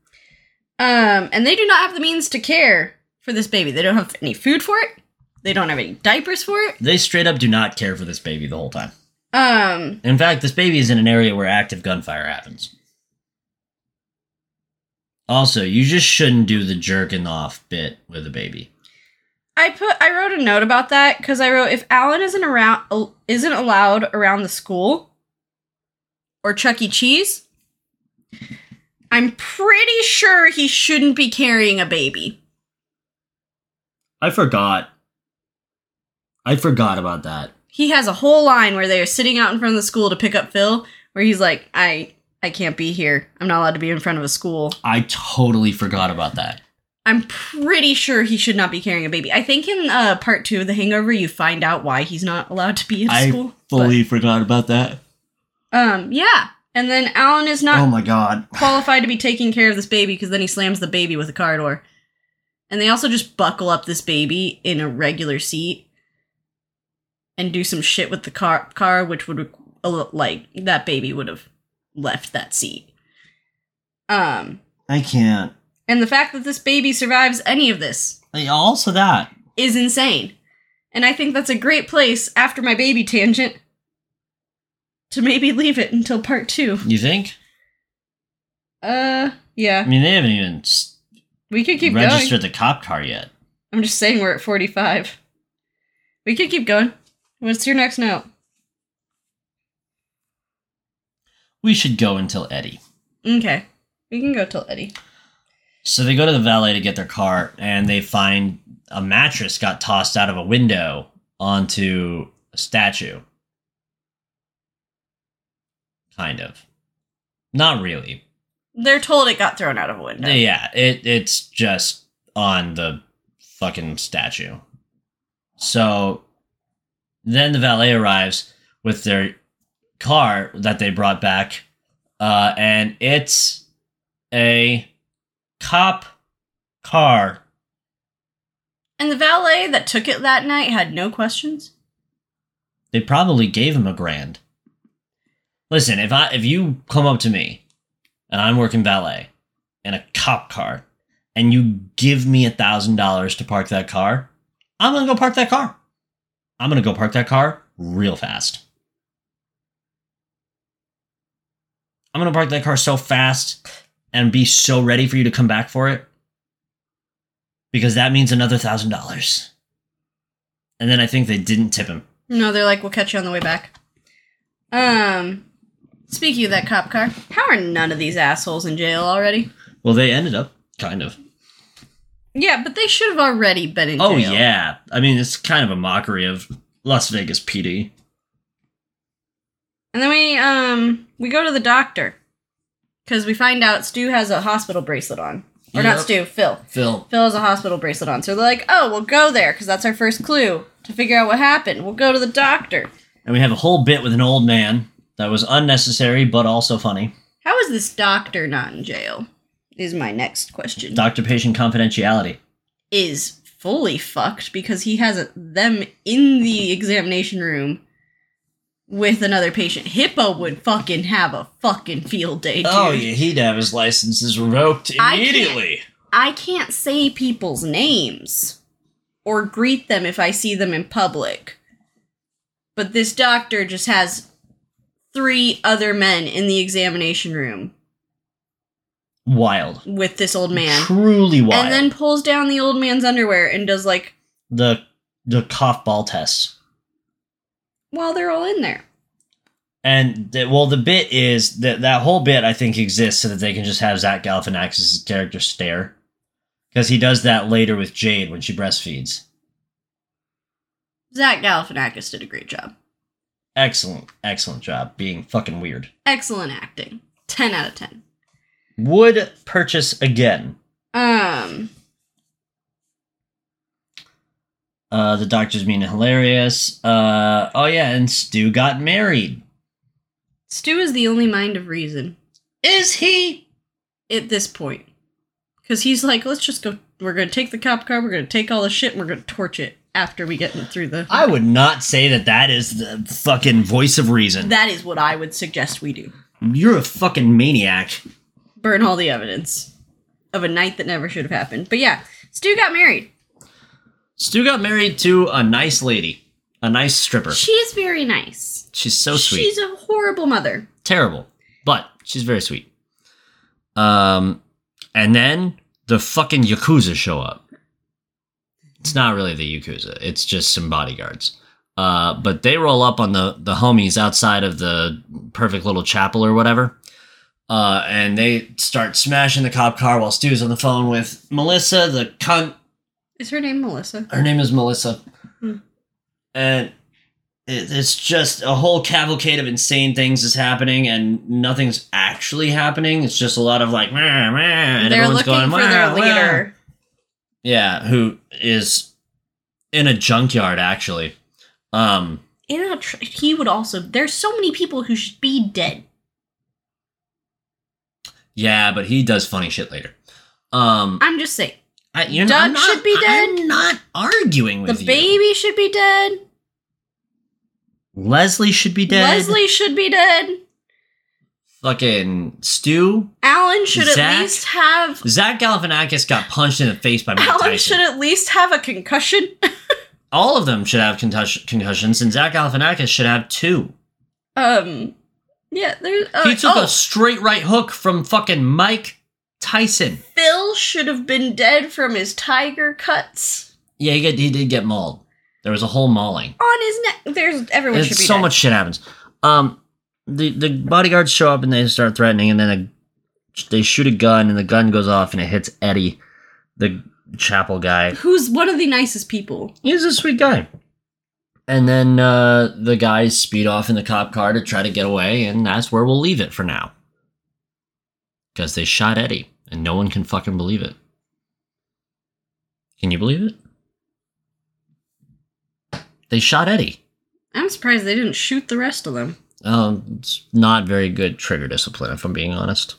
B: um, and they do not have the means to care for this baby. They don't have any food for it. They don't have any diapers for it.
A: They straight up do not care for this baby the whole time.
B: Um,
A: In fact, this baby is in an area where active gunfire happens. Also, you just shouldn't do the jerking off bit with a baby.
B: I put I wrote a note about that because I wrote if Alan isn't around al- isn't allowed around the school or Chuck E. Cheese, I'm pretty sure he shouldn't be carrying a baby.
A: I forgot. I forgot about that.
B: He has a whole line where they are sitting out in front of the school to pick up Phil, where he's like, I I can't be here. I'm not allowed to be in front of a school.
A: I totally forgot about that.
B: I'm pretty sure he should not be carrying a baby. I think in uh, part two of The Hangover, you find out why he's not allowed to be at
A: I
B: school.
A: Fully forgot about that.
B: But, um, yeah. And then Alan is not
A: oh my god.
B: qualified to be taking care of this baby because then he slams the baby with a car door. And they also just buckle up this baby in a regular seat and do some shit with the car, car which would requ- a li- like that baby would have left that seat. Um,
A: I can't.
B: and the fact that this baby survives any of this
A: Like, Also that.
B: is insane. And I think that's a great place after my baby tangent to maybe leave it until part 2.
A: You think?
B: Uh,
A: I
B: yeah.
A: mean, they haven't even s-
B: We could keep going.
A: registered the cop car yet.
B: I'm just saying we're at 45. We could keep going. What's your next note?
A: We should go until Eddie.
B: Okay. We can go till Eddie.
A: So they go to the valet to get their car, and they find a mattress got tossed out of a window onto a statue. Kind of. Not really.
B: They're told it got thrown out of a window.
A: Yeah, it it's just on the fucking statue. So then the valet arrives with their car that they brought back, uh, and it's a cop car.
B: And the valet that took it that night had no questions.
A: They probably gave him a grand. Listen, if I if you come up to me and I'm working valet in a cop car and you give me a thousand dollars to park that car, I'm gonna go park that car. I'm gonna go park that car real fast. I'm gonna park that car so fast and be so ready for you to come back for it. Because that means another thousand dollars. And then I think they didn't tip him.
B: No, they're like, we'll catch you on the way back. Um, speaking of that cop car, how are none of these assholes in jail already?
A: Well, they ended up kind of.
B: Yeah, but they should have already been in
A: Oh
B: jail.
A: yeah, I mean it's kind of a mockery of Las Vegas PD.
B: And then we um we go to the doctor because we find out Stu has a hospital bracelet on, or not
A: Yep.
B: Stu, Phil.
A: Phil,
B: Phil has a hospital bracelet on, so they're like, "Oh, we'll go there because that's our first clue to figure out what happened. We'll go to the doctor."
A: and we have a whole bit with an old man that was unnecessary but also funny.
B: How is this doctor not in jail? Is my next question.
A: Doctor-patient confidentiality.
B: is fully fucked because he has them in the examination room with another patient. Hippo would fucking have a fucking field day, dude.
A: Oh, he'd have his licenses revoked
B: I can't- I can't say people's names or greet them if I see them in public. But this doctor just has three other men in the examination room
A: Wild,
B: with this old man.
A: truly wild.
B: And then pulls down the old man's underwear and does like
A: the the cough ball test.
B: while they're all in there.
A: And the, well, the bit is that that whole bit I think exists so that they can just have Zach Galifianakis' character stare, because he does that later with Jade when she breastfeeds.
B: Zach Galifianakis did a great job.
A: Excellent, excellent job being fucking weird.
B: Excellent acting. 10 out of 10.
A: Would purchase again.
B: Um,
A: Uh, the doctor's being hilarious. Uh, oh yeah, and Stu got married.
B: Stu is the only mind of reason
A: Is he?
B: at this point. Because he's like, let's just go. We're going to take the cop car. We're going to take all the shit. And we're going to torch it after we get through the.
A: I would not say that that is the fucking voice of reason.
B: that is what I would suggest we do
A: You're a fucking maniac.
B: burn all the evidence of a night that never should have happened. But yeah, Stu got married.
A: Stu got married to a nice lady, a nice stripper.
B: She's very nice.
A: She's so sweet.
B: She's a horrible mother.
A: Terrible, but she's very sweet. Um, and then the fucking yakuza show up. It's not really the yakuza; it's just some bodyguards. Uh, but they roll up on the the homies outside of the perfect little chapel or whatever. Uh, and they start smashing the cop car while Stu's on the phone with Melissa, the cunt
B: Is her name Melissa?
A: Her name is Melissa.
B: Hmm.
A: And it, it's just a whole cavalcade of insane things is happening, and nothing's actually happening. It's just a lot of like, "Meh, meh," and
B: They're
A: everyone's
B: looking
A: going,
B: for their
A: "Wah, wah."
B: leader.
A: Yeah, who is in a junkyard, actually. Um,
C: In a tr- he would also. There's so many people who should be dead.
A: yeah, but he does funny shit later. Um,
C: I'm just saying.
A: I, you know,
C: Doug
A: I'm not-
C: should be dead.
A: I'm not arguing
C: The
A: with you.
C: baby should be dead.
A: Leslie should be dead.
C: Leslie should be dead.
A: Fucking Stu.
C: Alan should
A: Zach?
C: at least have.
A: Zach Galifianakis got punched in the face by Mike
B: Alan
A: Tyson.
B: should at least have a concussion.
A: All of them should have contus- concussions, and Zach Galifianakis should have two.
B: um, yeah, there's. Uh,
A: he took
B: oh,
A: a straight right hook from fucking Mike Tyson.
B: Phil should have been dead from his tiger cuts
A: Yeah, he, get, he did get mauled. There was a whole mauling.
B: on his neck. There's everyone should be
A: It's so
B: dead.
A: much shit happens. Um, the the bodyguards show up and they start threatening, and then a, they shoot a gun, and the gun goes off and it hits Eddie, the chapel guy.
B: Who's one of the nicest people?
A: He's a sweet guy. And then uh, the guys speed off in the cop car to try to get away, and that's where we'll leave it for now. Because they shot Eddie, and no one can fucking believe it. Can you believe it? They shot Eddie.
B: I'm surprised they didn't shoot the rest of them.
A: Um, it's not very good trigger discipline, if I'm being honest.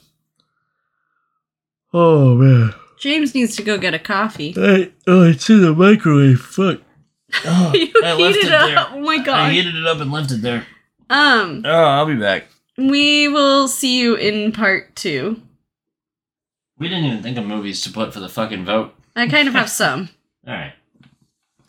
A: Oh man,
B: James needs to go get a coffee.
A: I, oh, it's in the microwave. Fuck. Oh,
B: you
A: I left
B: heated
A: it
B: up.
A: there.
B: Oh my
A: I
B: god.
A: heated it up and left it there.
B: um,
A: Oh, I'll be back.
B: we will see you in part two.
A: We didn't even think of movies to put for the fucking vote.
B: I kind of have some.
A: All right.